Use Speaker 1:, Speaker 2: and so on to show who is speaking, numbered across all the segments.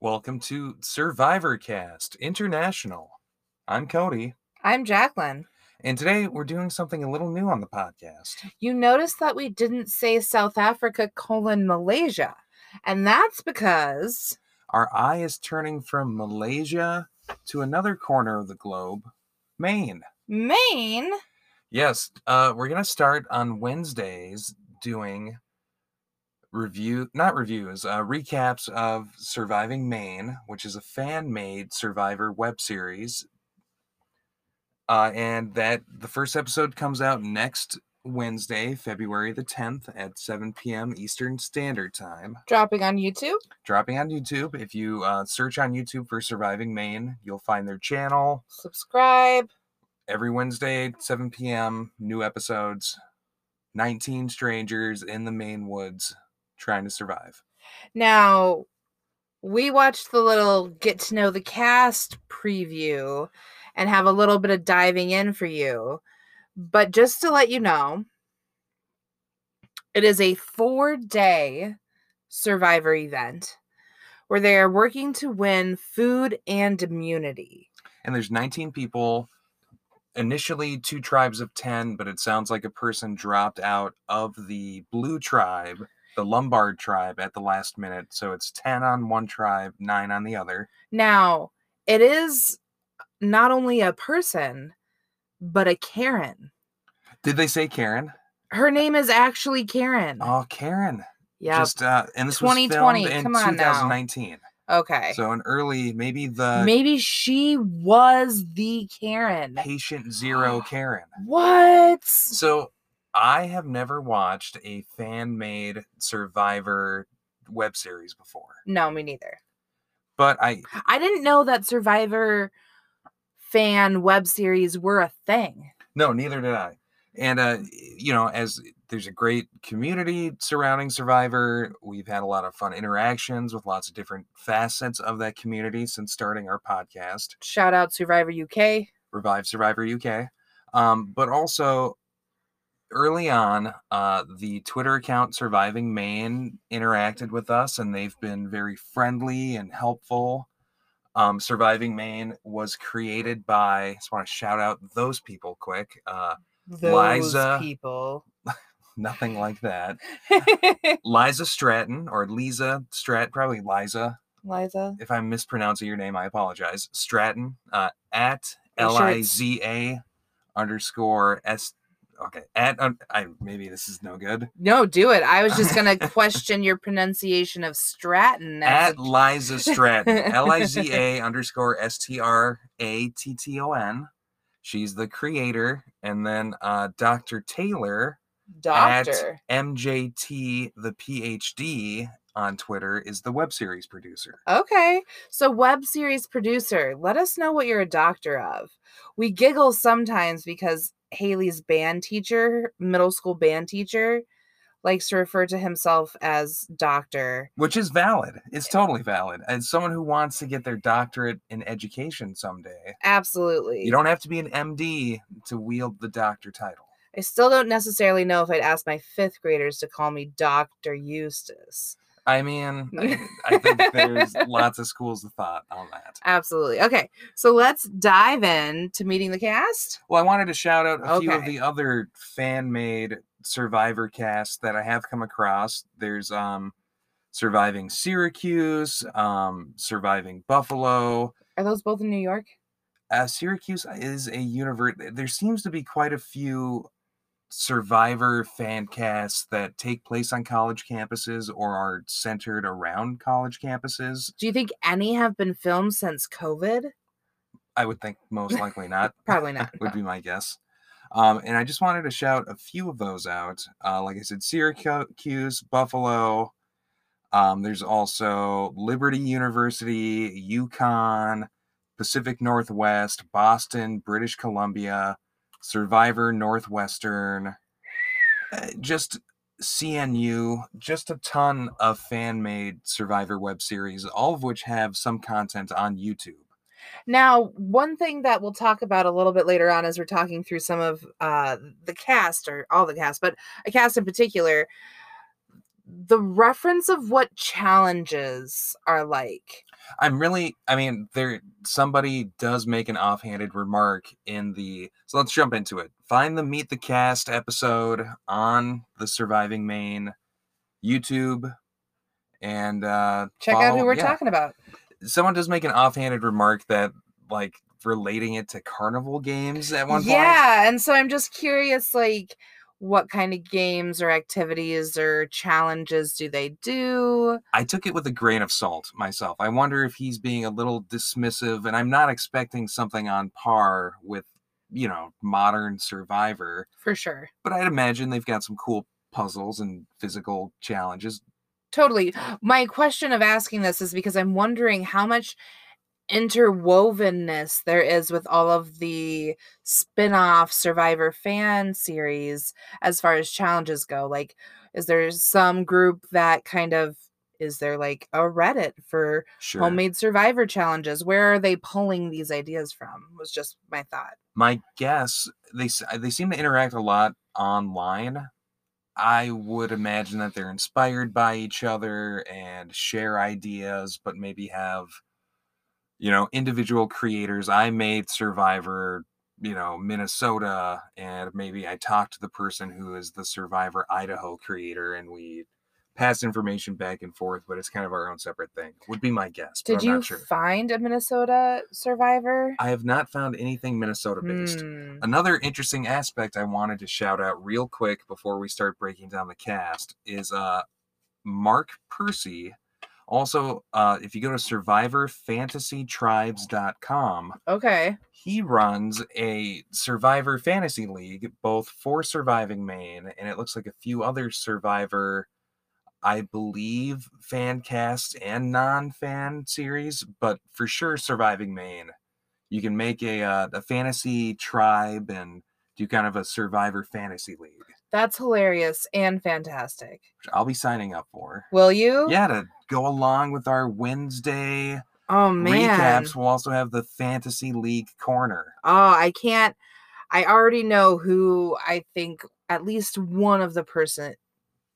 Speaker 1: Welcome to Survivor Cast International. I'm Cody,
Speaker 2: I'm Jacqueline.
Speaker 1: and today we're doing something a little new on the podcast.
Speaker 2: You notice that we didn't say South Africa colon Malaysia. And that's because
Speaker 1: Our eye is turning from Malaysia to another corner of the globe, Maine.
Speaker 2: Maine,
Speaker 1: Yes, uh, we're going to start on Wednesdays doing review, not reviews, uh, recaps of Surviving Maine, which is a fan made Survivor web series. Uh, and that the first episode comes out next Wednesday, February the 10th at 7 p.m. Eastern Standard Time.
Speaker 2: dropping on YouTube.
Speaker 1: Dropping on YouTube. If you uh, search on YouTube for Surviving Maine, you'll find their channel
Speaker 2: Subscribe.
Speaker 1: every Wednesday, 7 p.m., new episodes. 19 strangers in the Maine woods trying to survive.
Speaker 2: Now, we watched the little get to know the cast preview and have a little bit of diving in for you. But just to let you know, it is a four day survivor event where they are working to win food and immunity.
Speaker 1: And there's 19 people, initially two tribes of 10, but it sounds like a person dropped out of the blue tribe, the Lombard tribe, at the last minute. So it's 10 on one tribe, 9 on the other.
Speaker 2: Now, it is not only a person, but a Karen.
Speaker 1: Did they say Karen?
Speaker 2: Her name is actually Karen.
Speaker 1: Oh, Karen.
Speaker 2: Yep.
Speaker 1: Just, uh, and this
Speaker 2: 2020,
Speaker 1: was filmed in
Speaker 2: come on now.
Speaker 1: 2019.
Speaker 2: okay.
Speaker 1: So an early, maybe the
Speaker 2: Maybe she was the Karen.
Speaker 1: patient zero Karen.
Speaker 2: What?
Speaker 1: So I have never watched a fan made Survivor web series before,
Speaker 2: No, me neither.
Speaker 1: but I
Speaker 2: I didn't know that Survivor fan web series were a thing.
Speaker 1: no, neither did I. And uh, you know, as there's a great community surrounding Survivor, we've had a lot of fun interactions with lots of different facets of that community since starting our podcast.
Speaker 2: Shout out Survivor UK.
Speaker 1: Revive Survivor UK. Um, but also early on, uh, the Twitter account Surviving Maine interacted with us and they've been very friendly and helpful. Um, Surviving Maine was created by, I just want to shout out those people quick. Uh,
Speaker 2: Those
Speaker 1: Liza.
Speaker 2: people.
Speaker 1: nothing like that. Liza Stratton or Lisa Strat, probably Liza.
Speaker 2: Liza.
Speaker 1: If I'm mispronouncing your name, I apologize. Stratton uh, at
Speaker 2: Are you
Speaker 1: L
Speaker 2: sure
Speaker 1: I
Speaker 2: it's-
Speaker 1: Z A underscore S. Okay, at um, I maybe this is no good.
Speaker 2: No, do it. I was just gonna question your pronunciation of Stratton. as
Speaker 1: At
Speaker 2: a-
Speaker 1: Liza Stratton, L I Z A underscore S T R A T T O N. She's the creator, and then uh, Dr. Taylor
Speaker 2: doctor.
Speaker 1: at MJT the PhD on Twitter is the web series producer.
Speaker 2: Okay. So, web series producer, let us know what you're a doctor of. We giggle sometimes because Haley's band teacher, middle school band teacher, likes to refer to himself as doctor.
Speaker 1: which is valid. It's totally valid. As someone who wants to get their doctorate in education someday,
Speaker 2: Absolutely.
Speaker 1: you don't have to be an MD to wield the doctor title.
Speaker 2: I still don't necessarily know if I'd ask my fifth graders to call me Dr. Eustace.
Speaker 1: I mean, I, I think there's lots of schools of thought on that.
Speaker 2: Absolutely. Okay. So, let's dive in to meeting the cast.
Speaker 1: Well, I wanted to shout out a few of
Speaker 2: Okay.
Speaker 1: the other fan made Survivor casts that I have come across. There's um, Surviving Syracuse, um, Surviving Buffalo,
Speaker 2: Are those both in New York?
Speaker 1: uh, Syracuse is a universe. There seems to be quite a few survivor fan casts that take place on college campuses or are centered around college campuses.
Speaker 2: Do you think any have been filmed since COVID?
Speaker 1: I would think most likely not.
Speaker 2: Probably not.
Speaker 1: would be my guess. Um, and I just wanted to shout a few of those out. Uh, like I said, Syracuse, Buffalo. Um, there's also Liberty University, Yukon, Pacific Northwest, Boston, British Columbia, Survivor Northwestern, uh, just CNU, just a ton of fan made Survivor web series, all of which have some content on YouTube.
Speaker 2: Now, one thing that we'll talk about a little bit later on as we're talking through some of uh, the cast or all the cast, but a cast in particular, the reference of what challenges are like.
Speaker 1: I'm really, I mean, there somebody does make an offhanded remark in the so let's jump into it. Find the Meet the Cast episode on the Surviving Maine YouTube and uh
Speaker 2: Check out who
Speaker 1: follow-
Speaker 2: we're
Speaker 1: yeah.
Speaker 2: talking about.
Speaker 1: Someone does make an offhanded remark that like relating it to carnival games at one point.
Speaker 2: Yeah, and so I'm just curious like what kind of games or activities or challenges do they do?
Speaker 1: I took it with a grain of salt myself. I wonder if he's being a little dismissive and I'm not expecting something on par with, you know, modern survivor.
Speaker 2: For sure.
Speaker 1: but I'd imagine they've got some cool puzzles and physical challenges.
Speaker 2: Totally. My question of asking this is because I'm wondering how much interwovenness there is with all of the spin-off survivor fan series as far as challenges go. Like is there some group that kind of is there like a Reddit for
Speaker 1: Sure.
Speaker 2: homemade survivor challenges where are they pulling these ideas from was just my thought
Speaker 1: My guess, they s- they seem to interact a lot online. I would imagine that they're inspired by each other and share ideas, but maybe have, you know, individual creators. I made Survivor, you know, Minnesota, and maybe I talked to the person who is the Survivor Idaho creator, and we pass information back and forth. But it's kind of our own separate thing. Would be my guess. But
Speaker 2: did
Speaker 1: I'm
Speaker 2: you
Speaker 1: not sure.
Speaker 2: find a minnesota survivor
Speaker 1: I have not found anything Minnesota based.
Speaker 2: Hmm.
Speaker 1: Another interesting aspect I wanted to shout out real quick before we start breaking down the cast is uh Mark Percy. Also, uh, if you go to survivorfantasytribes.com,
Speaker 2: okay
Speaker 1: he runs a Survivor Fantasy League, both for Surviving Maine and it looks like a few other Survivor, I believe, fan cast and non fan series, but for sure Surviving Maine. You can make a, uh, a fantasy tribe and do kind of a Survivor Fantasy League, which
Speaker 2: that's hilarious and fantastic
Speaker 1: I'll be signing up for.
Speaker 2: will you
Speaker 1: Yeah, to go along with our Wednesday
Speaker 2: oh man
Speaker 1: recaps, we'll also have the Fantasy League Corner.
Speaker 2: oh i can't i already know who i think at least one of the person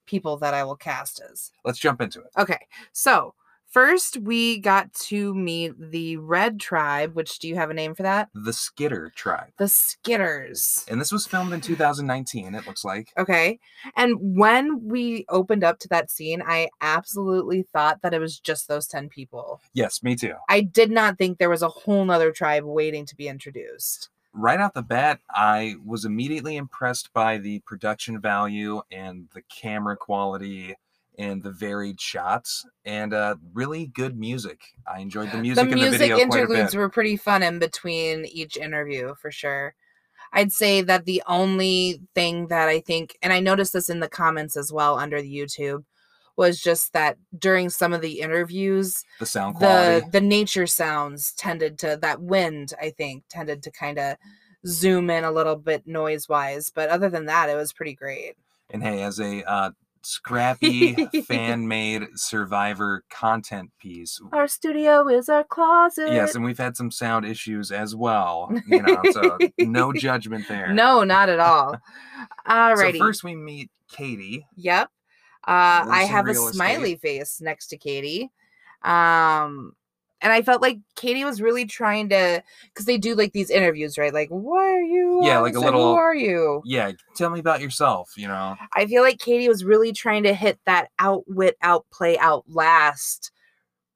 Speaker 2: people that i will cast is
Speaker 1: Let's jump into it.
Speaker 2: okay so first we got to meet the red tribe which do you have a name for that
Speaker 1: the Skitter tribe.
Speaker 2: the skitters
Speaker 1: And this was filmed in 2019, it looks like.
Speaker 2: okay and when we opened up to that scene i absolutely thought that it was just those 10 people
Speaker 1: Yes, me too.
Speaker 2: i did not think there was a whole nother tribe waiting to be introduced
Speaker 1: Right out the bat, I was immediately impressed by the production value and the camera quality and the varied shots and uh, really good music. I enjoyed the music
Speaker 2: the
Speaker 1: in the
Speaker 2: music
Speaker 1: video quite a
Speaker 2: interludes
Speaker 1: bit.
Speaker 2: were pretty fun in between each interview for sure i'd say that the only thing that i think and i noticed this in the comments as well under the youtube was just that during some of the interviews
Speaker 1: The sound quality.
Speaker 2: the the nature sounds tended to that wind i think tended to kind of zoom in a little bit noise wise but other than that it was pretty great
Speaker 1: And hey, as a uh, scrappy fan made survivor content piece,
Speaker 2: our studio is our closet
Speaker 1: yes, and we've had some sound issues as well. You know, so no judgment there.
Speaker 2: no not at all alrighty
Speaker 1: So first we meet Katie.
Speaker 2: yep uh i
Speaker 1: Wilson
Speaker 2: have a
Speaker 1: Real Estate.
Speaker 2: smiley face next to katie um and i felt like katie was really trying to because they do like these interviews right like why are you
Speaker 1: Yeah,
Speaker 2: on
Speaker 1: like a
Speaker 2: this and
Speaker 1: little-
Speaker 2: who are you
Speaker 1: Yeah, tell me about yourself, you know.
Speaker 2: I feel like Katie was really trying to hit that outwit, outplay, outlast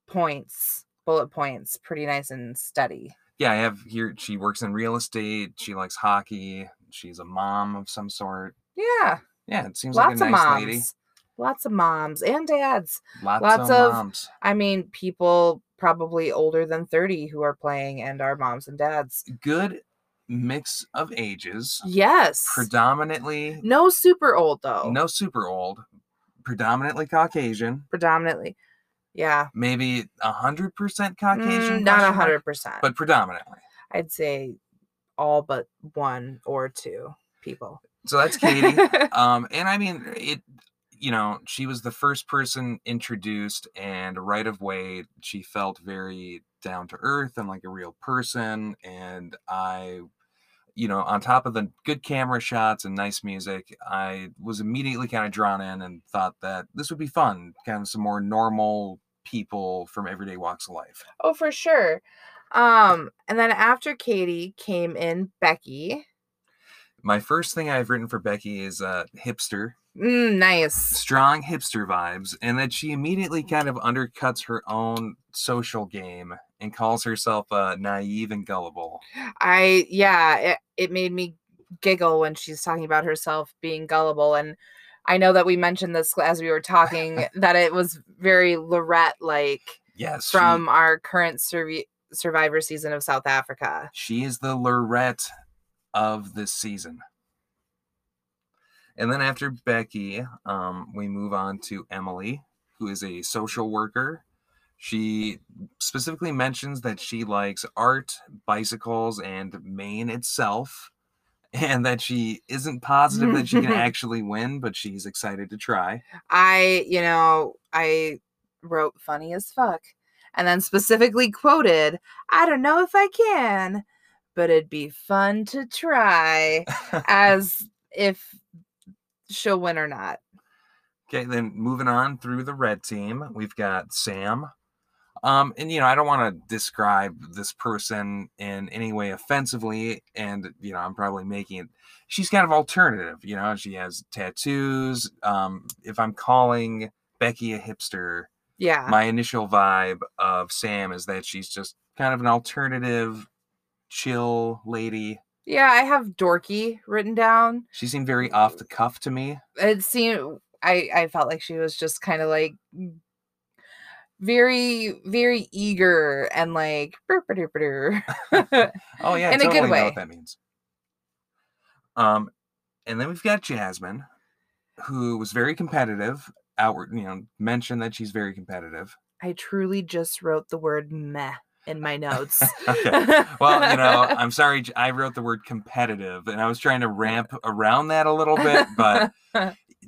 Speaker 2: points, bullet points, pretty nice and steady.
Speaker 1: Yeah, I have here she works in real estate, she likes hockey, she's a mom of some sort.
Speaker 2: Yeah,
Speaker 1: Yeah, it seems like
Speaker 2: lots
Speaker 1: a
Speaker 2: of
Speaker 1: nice
Speaker 2: moms,
Speaker 1: lady.
Speaker 2: lots of moms and dads.
Speaker 1: Lots,
Speaker 2: Lots
Speaker 1: of,
Speaker 2: of-
Speaker 1: moms.
Speaker 2: I mean, people probably older than thirty who are playing and are moms and dads.
Speaker 1: Good mix of ages.
Speaker 2: Yes,
Speaker 1: Predominantly
Speaker 2: no super old though.
Speaker 1: no super old, predominantly Caucasian,
Speaker 2: predominantly, yeah,
Speaker 1: maybe 100% Caucasian,
Speaker 2: Mm,
Speaker 1: question
Speaker 2: not a
Speaker 1: mark,
Speaker 2: hundred percent.
Speaker 1: but predominantly.
Speaker 2: I'd say all but one or two people.
Speaker 1: So that's Katie. um and i mean it you know she was the first person introduced and right of way she felt very down to earth and like a real person and i you know, on top of the good camera shots and nice music, I was immediately kind of drawn in and thought that this would be fun, kind of some more normal people from everyday walks of life.
Speaker 2: Oh, for sure. Um, and then after Katie came in Becky.
Speaker 1: My first thing I've written for Becky is uh, hipster,
Speaker 2: Mm, nice.
Speaker 1: strong hipster vibes, and that she immediately kind of undercuts her own social game and calls herself uh, naive and gullible.
Speaker 2: I yeah, it, it made me giggle when she's talking about herself being gullible and I know that we mentioned this as we were talking that it was very Lorette like
Speaker 1: Yes, she-
Speaker 2: from our current survi- survivor season of South Africa.
Speaker 1: She is the Lorette of this season. And then after Becky, um, we move on to Emily, who is a social worker. She specifically mentions that she likes art, bicycles, and Maine itself, and that she isn't positive that she can actually win, but she's excited to try.
Speaker 2: I, you know, I wrote funny as fuck and then specifically quoted, I don't know if I can, but it'd be fun to try as if she'll win or not.
Speaker 1: Okay, then moving on through the red team, we've got Sam. Um, and you know, I don't want to describe this person in any way offensively, and you know, I'm probably making it. She's kind of alternative, you know. She has tattoos. Um, if I'm calling Becky a hipster,
Speaker 2: Yeah.
Speaker 1: my initial vibe of Sam is that she's just kind of an alternative, chill lady.
Speaker 2: yeah, I have dorky written down.
Speaker 1: She seemed very off the cuff to me.
Speaker 2: It seemed I I felt like she was just kind of like very very eager and like
Speaker 1: Oh yeah,
Speaker 2: In a good
Speaker 1: totally know
Speaker 2: way.
Speaker 1: what that means. Um, and then we've got Jasmine, who was very competitive. Outward, you know, mentioned that she's very competitive.
Speaker 2: I truly just wrote the word meh in my notes.
Speaker 1: Okay. Well, you know, I'm sorry, J- I wrote the word competitive, and I was trying to ramp around that a little bit, but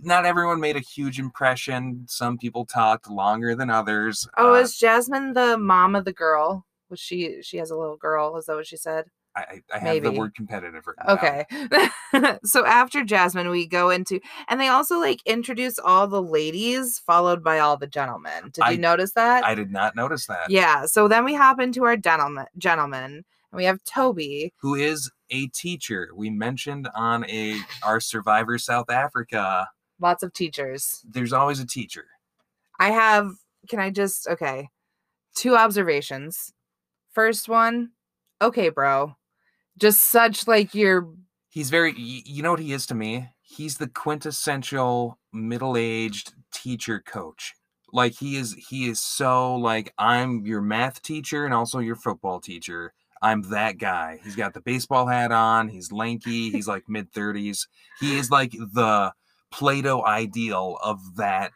Speaker 1: not everyone made a huge impression. Some people talked longer than others.
Speaker 2: oh,
Speaker 1: Uh,
Speaker 2: is Jasmine the mom of the girl? Was she she has a little girl? Is that what she said?
Speaker 1: I, I I have the
Speaker 2: maybe.
Speaker 1: word competitive. written down.
Speaker 2: Okay. so after Jasmine, we go into and they also like introduce all the ladies followed by all the gentlemen. Did
Speaker 1: I-
Speaker 2: you notice that?
Speaker 1: I did not notice that.
Speaker 2: yeah. So then we hop into our gentleman gentleman and we have Toby.
Speaker 1: who is a teacher. We mentioned on a our Survivor South Africa,
Speaker 2: Lots of teachers.
Speaker 1: there's always a teacher.
Speaker 2: I have can I just okay. Two observations. First one, okay, bro. Just such like your
Speaker 1: He's very y- you know what he is to me? He's the quintessential middle-aged teacher coach. Like he is he is so like I'm your math teacher and also your football teacher. I'm that guy. He's got the baseball hat on, he's lanky, he's like mid 30s. He is like the Plato ideal of that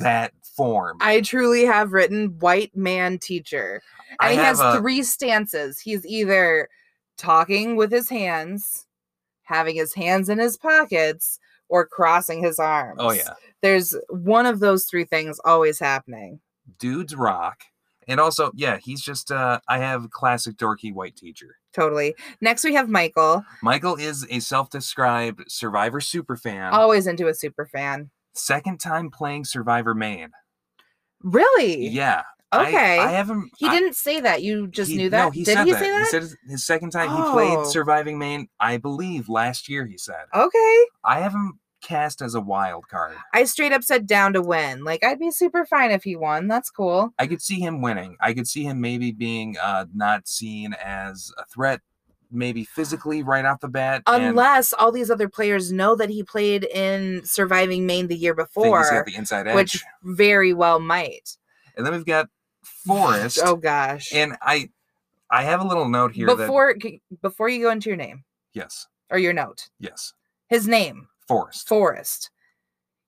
Speaker 1: that form.
Speaker 2: I truly have written white man teacher.
Speaker 1: I
Speaker 2: And he
Speaker 1: have
Speaker 2: has
Speaker 1: a-
Speaker 2: three stances. He's either talking with his hands, having his hands in his pockets, or crossing his arms.
Speaker 1: Oh yeah.
Speaker 2: There's one of those three things always happening.
Speaker 1: dudes rock and also yeah he's just uh i have classic dorky white teacher
Speaker 2: Totally. Next, we have Michael,
Speaker 1: michael is a self-described survivor superfan
Speaker 2: always into a super fan.
Speaker 1: second time playing survivor maine
Speaker 2: Really?
Speaker 1: yeah I-
Speaker 2: Okay.
Speaker 1: i, haven't
Speaker 2: he
Speaker 1: I-
Speaker 2: didn't say that. You just
Speaker 1: he-
Speaker 2: knew that.
Speaker 1: no he
Speaker 2: Did
Speaker 1: said
Speaker 2: he
Speaker 1: that
Speaker 2: say that?
Speaker 1: he said his- his second time he played
Speaker 2: Oh.
Speaker 1: surviving maine i believe last year he said
Speaker 2: okay.
Speaker 1: i have him cast as a wild card
Speaker 2: I straight up said down to win. Like, I'd be super fine if he won. That's cool.
Speaker 1: i could see him winning i could see him maybe being uh not seen as a threat maybe physically right off the bat and
Speaker 2: unless all these other players know that he played in surviving Maine the year
Speaker 1: think he's got
Speaker 2: before,
Speaker 1: the inside edge
Speaker 2: which very well might.
Speaker 1: And then we've got Forest.
Speaker 2: Oh gosh.
Speaker 1: And I I have a little note here that
Speaker 2: before c- before you go into your name
Speaker 1: yes,
Speaker 2: or your note,
Speaker 1: yes,
Speaker 2: his name
Speaker 1: Forest.
Speaker 2: Forrest.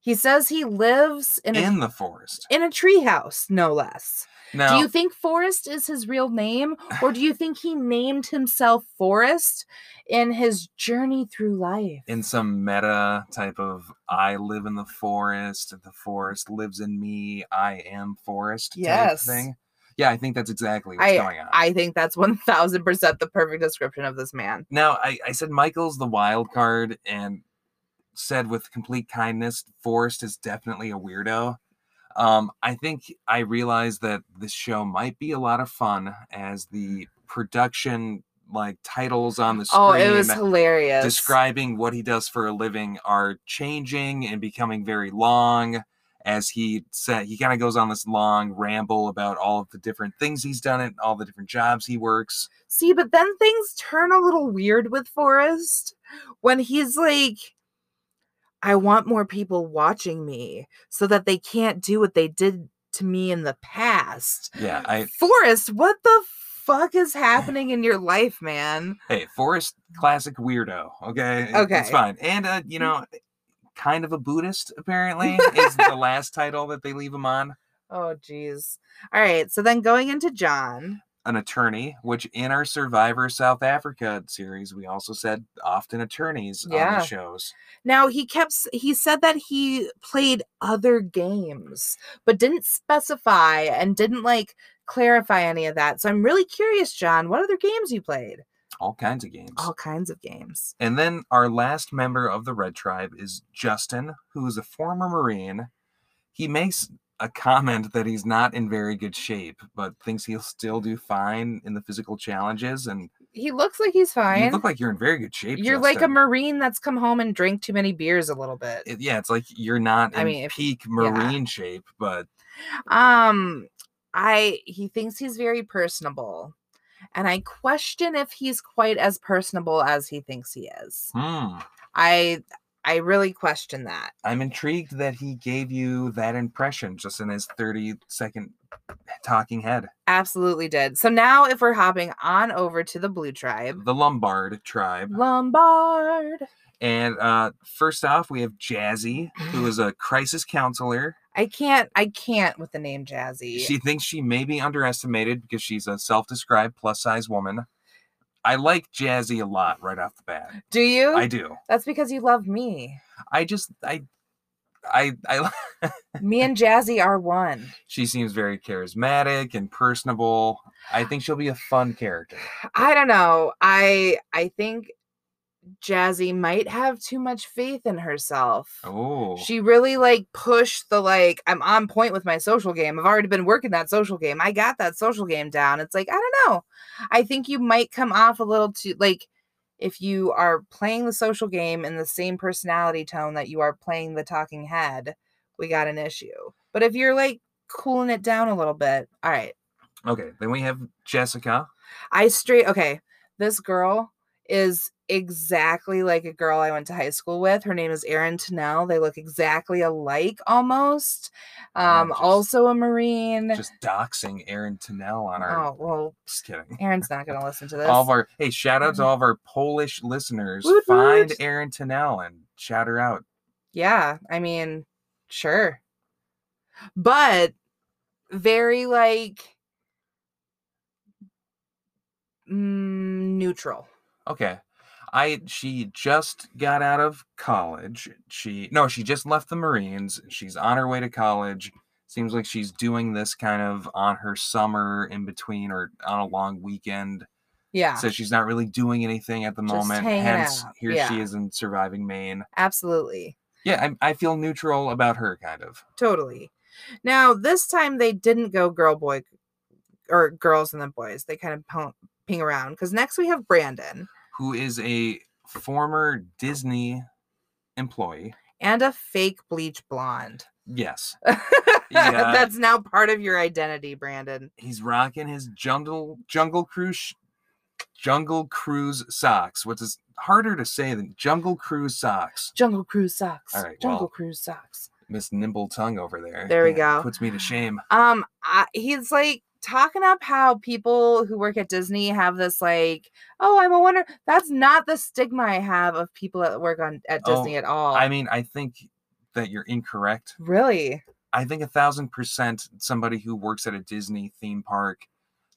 Speaker 2: He says he lives in a
Speaker 1: in the forest.
Speaker 2: in a treehouse, no less.
Speaker 1: Now
Speaker 2: Do you think Forrest is his real name, or do you think he named himself Forrest in his journey through life?
Speaker 1: in some meta type of I live in the forest, the forest lives in me, I am forest type
Speaker 2: Yes.
Speaker 1: thing. Yeah, I think that's exactly what's going on.
Speaker 2: I think that's 1000% the perfect description of this man.
Speaker 1: now, I, I said Michael's the wild card and said with complete kindness, Forrest is definitely a weirdo. Um, I think I realized that this show might be a lot of fun as the production, like titles on the screen,
Speaker 2: Oh, it was hilarious.
Speaker 1: describing what he does for a living are changing and becoming very long as he said he kind of goes on this long ramble about all of the different things he's done and all the different jobs he works
Speaker 2: See, but then things turn a little weird with Forrest when he's like, I want more people watching me so that they can't do what they did to me in the past.
Speaker 1: yeah i
Speaker 2: Forrest, what the fuck is happening in your life, man?
Speaker 1: hey forrest classic weirdo okay It-
Speaker 2: Okay. Mm.
Speaker 1: it's fine and uh you know kind of a buddhist apparently is the last title that they leave him on
Speaker 2: Oh, jeez. All right. So then going into John.
Speaker 1: an attorney, which in our Survivor South Africa series, we also said often attorneys on
Speaker 2: Yeah.
Speaker 1: the shows.
Speaker 2: Now he kept s- he said that he played other games, but didn't specify and didn't like clarify any of that. So I'm really curious, John, what other games you played?
Speaker 1: All kinds of games.
Speaker 2: All kinds of games.
Speaker 1: And then our last member of the Red Tribe is Justin, who is a former Marine. He makes a comment that he's not in very good shape, but thinks he'll still do fine in the physical challenges. And
Speaker 2: He looks like he's
Speaker 1: you
Speaker 2: fine.
Speaker 1: look like you're in very good shape.
Speaker 2: You're like a
Speaker 1: Justin.
Speaker 2: marine that's come home and drank too many beers a little bit.
Speaker 1: It- yeah, it's like you're not in
Speaker 2: I mean, if-
Speaker 1: peak Marine shape, but
Speaker 2: Um, I he thinks he's very personable, and I question if he's quite as personable as he thinks he is.
Speaker 1: hmm.
Speaker 2: I I really question that.
Speaker 1: I'm intrigued that he gave you that impression just in his 30 second talking head.
Speaker 2: Absolutely did. So now if we're hopping on over to the blue tribe,
Speaker 1: The Lombard tribe.
Speaker 2: Lombard.
Speaker 1: And uh, first off, we have Jazzy, who is a crisis counselor.
Speaker 2: I can't I can't with the name Jazzy.
Speaker 1: She thinks she may be underestimated because she's a self described plus size woman. I like Jazzy a lot right off the bat.
Speaker 2: Do you?
Speaker 1: I do.
Speaker 2: That's because you love me.
Speaker 1: I just, I, I, I,
Speaker 2: Me and Jazzy are one.
Speaker 1: she seems very charismatic and personable. I think she'll be a fun character.
Speaker 2: I don't know. I I think Jazzy might have too much faith in herself.
Speaker 1: Oh,
Speaker 2: She really like pushed the like I'm on point with my social game. I've already been working that social game. I got that social game down. It's like I don't know. I think you might come off a little too like if you are playing the social game in the same personality tone that you are playing the talking head, we got an issue. But if you're like cooling it down a little bit, all right.
Speaker 1: okay. Then we have Jessica,
Speaker 2: I straight okay. This girl is exactly like a girl I went to high school with. Her name is Erin Tennell. They look exactly alike almost.
Speaker 1: Wow,
Speaker 2: Um,
Speaker 1: just-
Speaker 2: also a Marine.
Speaker 1: just doxing Aaron Tennell on our.
Speaker 2: oh well,
Speaker 1: Just kidding.
Speaker 2: Erin's not gonna listen to this.
Speaker 1: All of our hey, shout
Speaker 2: Mm-hmm.
Speaker 1: out to all of our Polish listeners.
Speaker 2: Woot
Speaker 1: Find
Speaker 2: woot.
Speaker 1: Aaron Tennell and shout her out.
Speaker 2: yeah, I mean, sure. But very like mm, neutral.
Speaker 1: Okay, I she just got out of college. She no, she just left the Marines. She's on her way to college. Seems like she's doing this kind of on her summer in between or on a long weekend.
Speaker 2: Yeah,
Speaker 1: So she's not really doing anything at the
Speaker 2: Just
Speaker 1: moment.
Speaker 2: hanging
Speaker 1: Hence,
Speaker 2: out,
Speaker 1: here
Speaker 2: yeah.
Speaker 1: she is in surviving Maine.
Speaker 2: absolutely.
Speaker 1: Yeah, I, I feel neutral about her, kind of.
Speaker 2: totally. Now this time they didn't go girl boy or girls and then boys. They kind of pong- ping around because next we have Brandon
Speaker 1: who is a former Disney employee.
Speaker 2: and a fake bleach blonde.
Speaker 1: Yes, Yeah.
Speaker 2: That's now part of your identity, Brandon.
Speaker 1: he's rocking his jungle jungle cruise sh- jungle cruise socks, which is harder to say than jungle cruise socks.
Speaker 2: Jungle Cruise socks.
Speaker 1: All right,
Speaker 2: Jungle
Speaker 1: well,
Speaker 2: Cruise socks.
Speaker 1: Miss Nimble Tongue over there.
Speaker 2: There we
Speaker 1: yeah,
Speaker 2: go.
Speaker 1: Puts me to shame.
Speaker 2: Um, I, he's like talking up how people who work at Disney have this like, oh, I'm a wonder. That's not the stigma I have of people that work on at
Speaker 1: Oh,
Speaker 2: Disney at all.
Speaker 1: I mean, I think that you're incorrect.
Speaker 2: really.
Speaker 1: I think a thousand percent somebody who works at a Disney theme park,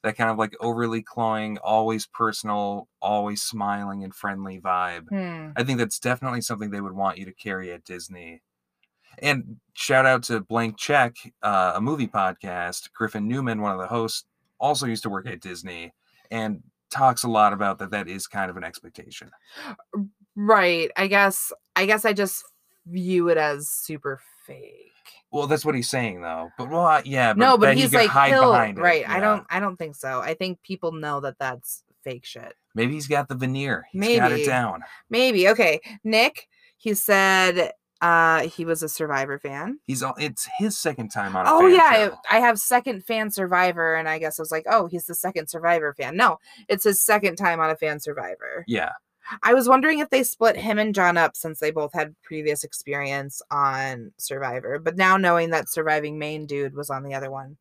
Speaker 1: that kind of like overly cloying, always personal, always smiling and friendly vibe.
Speaker 2: Hmm.
Speaker 1: I think that's definitely something they would want you to carry at Disney. And shout out to Blank Check, uh, a movie podcast. Griffin Newman, one of the hosts, also used to work at Disney and talks a lot about that that is kind of an expectation.
Speaker 2: Right. I guess I guess I just view it as super fake.
Speaker 1: Well, that's what he's saying though. But well, I- yeah, but
Speaker 2: no, but
Speaker 1: then you
Speaker 2: he's
Speaker 1: can
Speaker 2: like
Speaker 1: hide
Speaker 2: he'll-
Speaker 1: behind it.
Speaker 2: right. I
Speaker 1: yeah.
Speaker 2: don't I don't think so. I think people know that that's fake shit.
Speaker 1: Maybe he's got the veneer. He's got it
Speaker 2: Maybe.
Speaker 1: down.
Speaker 2: Maybe. Okay. Nick, he said uh he was a survivor fan.
Speaker 1: He's all. It's his second time on. A
Speaker 2: Oh
Speaker 1: fan
Speaker 2: yeah, I-
Speaker 1: show.
Speaker 2: I have second fan survivor and I guess I was like, "Oh, he's the second survivor fan." No, it's his second time on a fan survivor.
Speaker 1: yeah.
Speaker 2: I was wondering if they split him and John up since they both had previous experience on Survivor, but now knowing that surviving main dude was on the other one.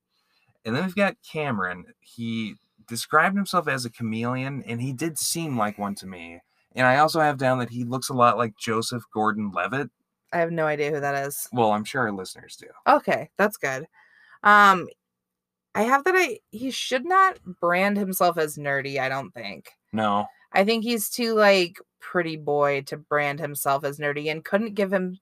Speaker 1: And then we've got Cameron. He described himself as a chameleon, and he did seem like one to me. And I also have down that he looks a lot like Joseph Gordon-Levitt.
Speaker 2: I have no idea who that is.
Speaker 1: Well, I'm sure our listeners do.
Speaker 2: Okay, that's good. Um I have that I he should not brand himself as nerdy, I don't think.
Speaker 1: No,
Speaker 2: I think he's too like pretty boy to brand himself as nerdy and couldn't give him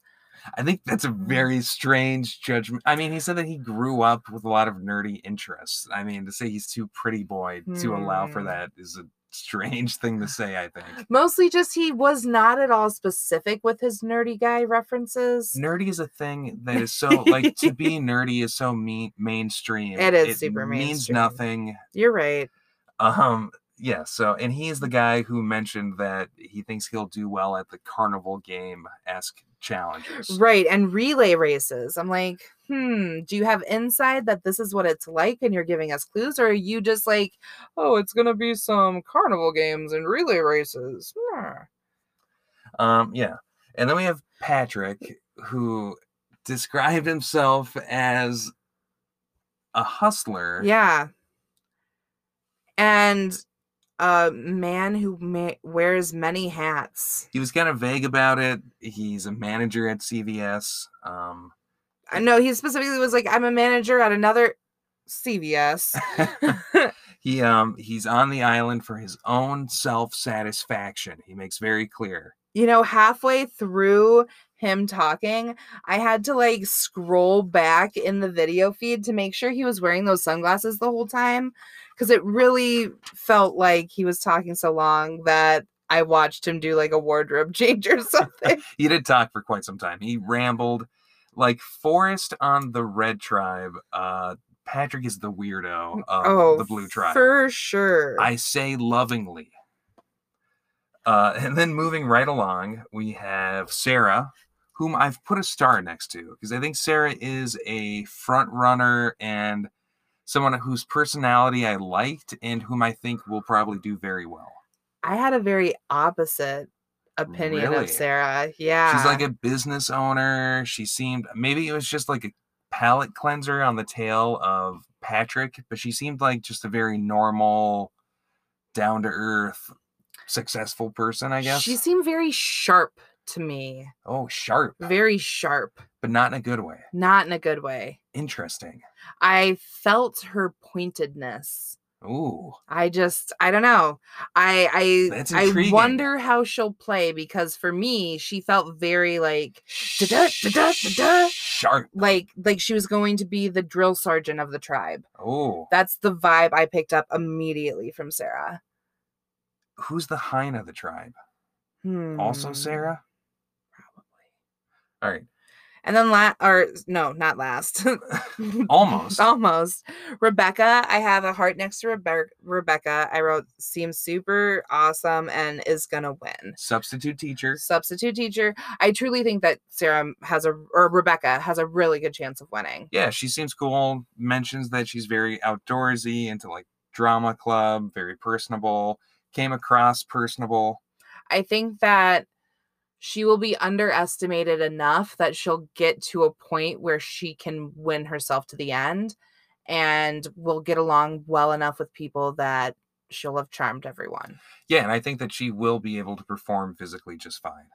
Speaker 1: I think that's a very strange judgment. I mean, he said that he grew up with a lot of nerdy interests. I mean, to say he's too pretty boy to allow for
Speaker 2: Hmm.
Speaker 1: that is a strange thing to say, I think.
Speaker 2: mostly just he was not at all specific with his nerdy guy references.
Speaker 1: Nerdy is a thing that is so like to be nerdy is so mean mainstream.
Speaker 2: It is super
Speaker 1: Means
Speaker 2: mainstream.
Speaker 1: nothing.
Speaker 2: You're right.
Speaker 1: Um yeah, so and he is the guy who mentioned that he thinks he'll do well at the carnival game esque challenges.
Speaker 2: Right. And relay races. I'm like, hmm, do you have insight that this is what it's like and you're giving us clues? Or are you just like, oh, it's going to be some carnival games and relay races? Hmm.
Speaker 1: Um, yeah. And then we have Patrick, who described himself as a hustler.
Speaker 2: Yeah. And a man who ma- wears many hats.
Speaker 1: He was kind of vague about it. He's a manager at CVS. Um,
Speaker 2: I know he specifically was like, I'm a manager at another CVS.
Speaker 1: he um he's on the island for his own self-satisfaction. He makes very clear.
Speaker 2: you know, halfway through him talking, I had to like scroll back in the video feed to make sure he was wearing those sunglasses the whole time because it really felt like he was talking so long that I watched him do like a wardrobe change or something.
Speaker 1: He did talk for quite some time. He rambled like Forrest on the Red Tribe. Uh Patrick is the weirdo of
Speaker 2: oh,
Speaker 1: the Blue Tribe.
Speaker 2: For sure.
Speaker 1: I say lovingly. Uh, and then moving right along, we have Sarah, whom I've put a star next to because I think Sarah is a front runner and someone whose personality I liked and whom I think will probably do very well.
Speaker 2: I had a very opposite opinion
Speaker 1: Really?
Speaker 2: of Sarah. Yeah.
Speaker 1: She's like a business owner. She seemed maybe it was just like a palate cleanser on the tail of Patrick, but she seemed like just a very normal, down to earth, successful person, I guess.
Speaker 2: She seemed very sharp to me.
Speaker 1: Oh, sharp,
Speaker 2: Very sharp.
Speaker 1: but not in a good way.
Speaker 2: Not in a good way.
Speaker 1: Interesting.
Speaker 2: I felt her pointedness.
Speaker 1: Ooh,
Speaker 2: I just I don't know. I I
Speaker 1: That's
Speaker 2: I
Speaker 1: intriguing.
Speaker 2: wonder how she'll play because for me she felt very like Da-da, da-da, da-da.
Speaker 1: sharp.
Speaker 2: like like she was going to be the drill sergeant of the tribe.
Speaker 1: Oh,
Speaker 2: That's the vibe I picked up immediately from Sarah.
Speaker 1: who's the hind of the tribe? Also,
Speaker 2: Hmm.
Speaker 1: Sarah. All right,
Speaker 2: And then last or no, not last.
Speaker 1: almost.
Speaker 2: Almost. Rebecca, I have a heart next to Rebe- Rebecca. I wrote seems super awesome and is going to win.
Speaker 1: Substitute teacher.
Speaker 2: substitute teacher. I truly think that Sarah has a or Rebecca has a really good chance of winning.
Speaker 1: Yeah, she seems cool. Mentions that she's very outdoorsy, into like drama club, very personable. Came across personable.
Speaker 2: I think that she will be underestimated enough that she'll get to a point where she can win herself to the end and will get along well enough with people that she'll have charmed everyone.
Speaker 1: Yeah, and I think that she will be able to perform physically just fine.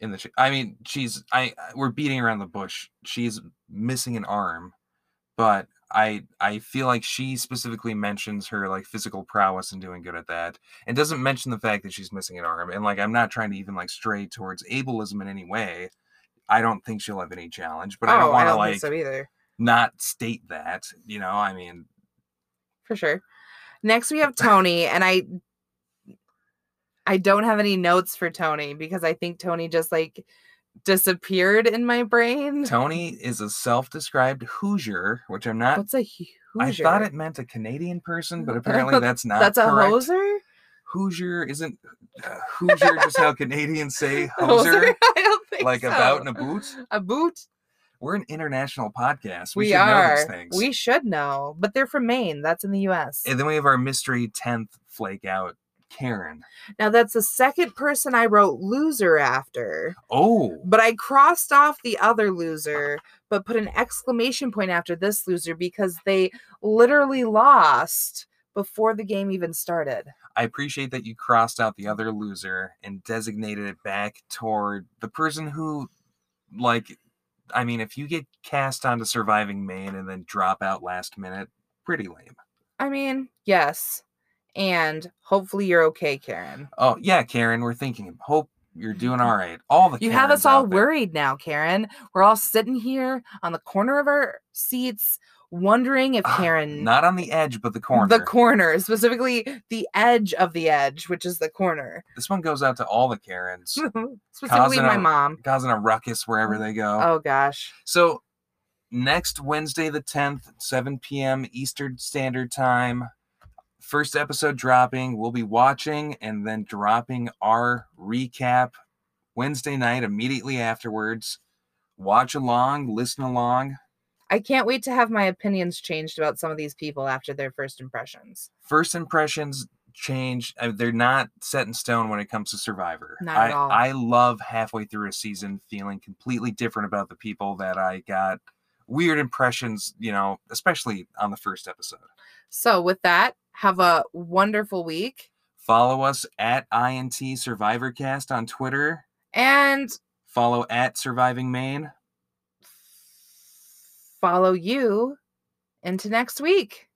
Speaker 1: In the, ch- I mean, she's I I- we're beating around the bush. She's missing an arm, but I I feel like she specifically mentions her like physical prowess and doing good at that, and doesn't mention the fact that she's missing an arm. And like, I'm not trying to even like stray towards ableism in any way. I don't think she'll have any
Speaker 2: Oh, e
Speaker 1: challenge, but I don't want to
Speaker 2: think
Speaker 1: like
Speaker 2: so either.
Speaker 1: not state that. You know, I mean,
Speaker 2: for sure. Next we have Tony, and I I don't have any notes for Tony because I think Tony just like disappeared in my brain.
Speaker 1: Tony is a self-described Hoosier, which I'm not.
Speaker 2: What's a hu-
Speaker 1: I
Speaker 2: Hoosier?
Speaker 1: thought it meant a Canadian person, but apparently that's not.
Speaker 2: That's a
Speaker 1: correct.
Speaker 2: hoser?
Speaker 1: Hoosier isn't uh, Hoosier just how Canadians say hoser,
Speaker 2: Hoser? I don't think
Speaker 1: like
Speaker 2: so.
Speaker 1: about in a boot.
Speaker 2: A boot?
Speaker 1: We're an international podcast. We,
Speaker 2: We,
Speaker 1: should know these
Speaker 2: are.
Speaker 1: things.
Speaker 2: We should know, but they're from Maine. That's in the U.S.
Speaker 1: and then we have our mystery tenth flake out, Karen.
Speaker 2: now that's the second person I wrote loser after,
Speaker 1: Oh,
Speaker 2: but I crossed off the other loser, but put an exclamation point after this loser because they literally lost before the game even started.
Speaker 1: I appreciate that you crossed out the other loser and designated it back toward the person who, like, I mean, if you get cast onto surviving Maine and then drop out last minute, pretty lame.
Speaker 2: I mean, yes. And hopefully you're okay, Karen.
Speaker 1: Oh yeah, Karen, we're thinking. Hope you're doing all right. All the
Speaker 2: Mm-hmm. You have us
Speaker 1: Karens
Speaker 2: all
Speaker 1: out there.
Speaker 2: worried now, Karen. We're all sitting here on the corner of our seats, wondering if
Speaker 1: Ah,
Speaker 2: Karen.
Speaker 1: Not on the edge, but the corner.
Speaker 2: The corner, specifically the edge of the edge, which is the corner.
Speaker 1: this one goes out to all the Karens,
Speaker 2: Hmm. specifically my
Speaker 1: a-
Speaker 2: mom.
Speaker 1: causing a ruckus wherever they go.
Speaker 2: Oh gosh.
Speaker 1: So next Wednesday, the 10th, 7 p.m. Eastern Standard Time. First episode dropping. We'll be watching and then dropping our recap Wednesday night immediately afterwards. Watch along, listen along.
Speaker 2: I can't wait to have my opinions changed about some of these people after their first impressions.
Speaker 1: first impressions change uh, they're not set in stone when it comes to survivor
Speaker 2: Not
Speaker 1: I,
Speaker 2: at all.
Speaker 1: I love halfway through a season feeling completely different about the people that i got weird impressions you know especially on the first episode
Speaker 2: So, with that, have a wonderful week.
Speaker 1: follow us at int survivorcast on twitter
Speaker 2: And
Speaker 1: follow at surviving maine
Speaker 2: follow you into next week.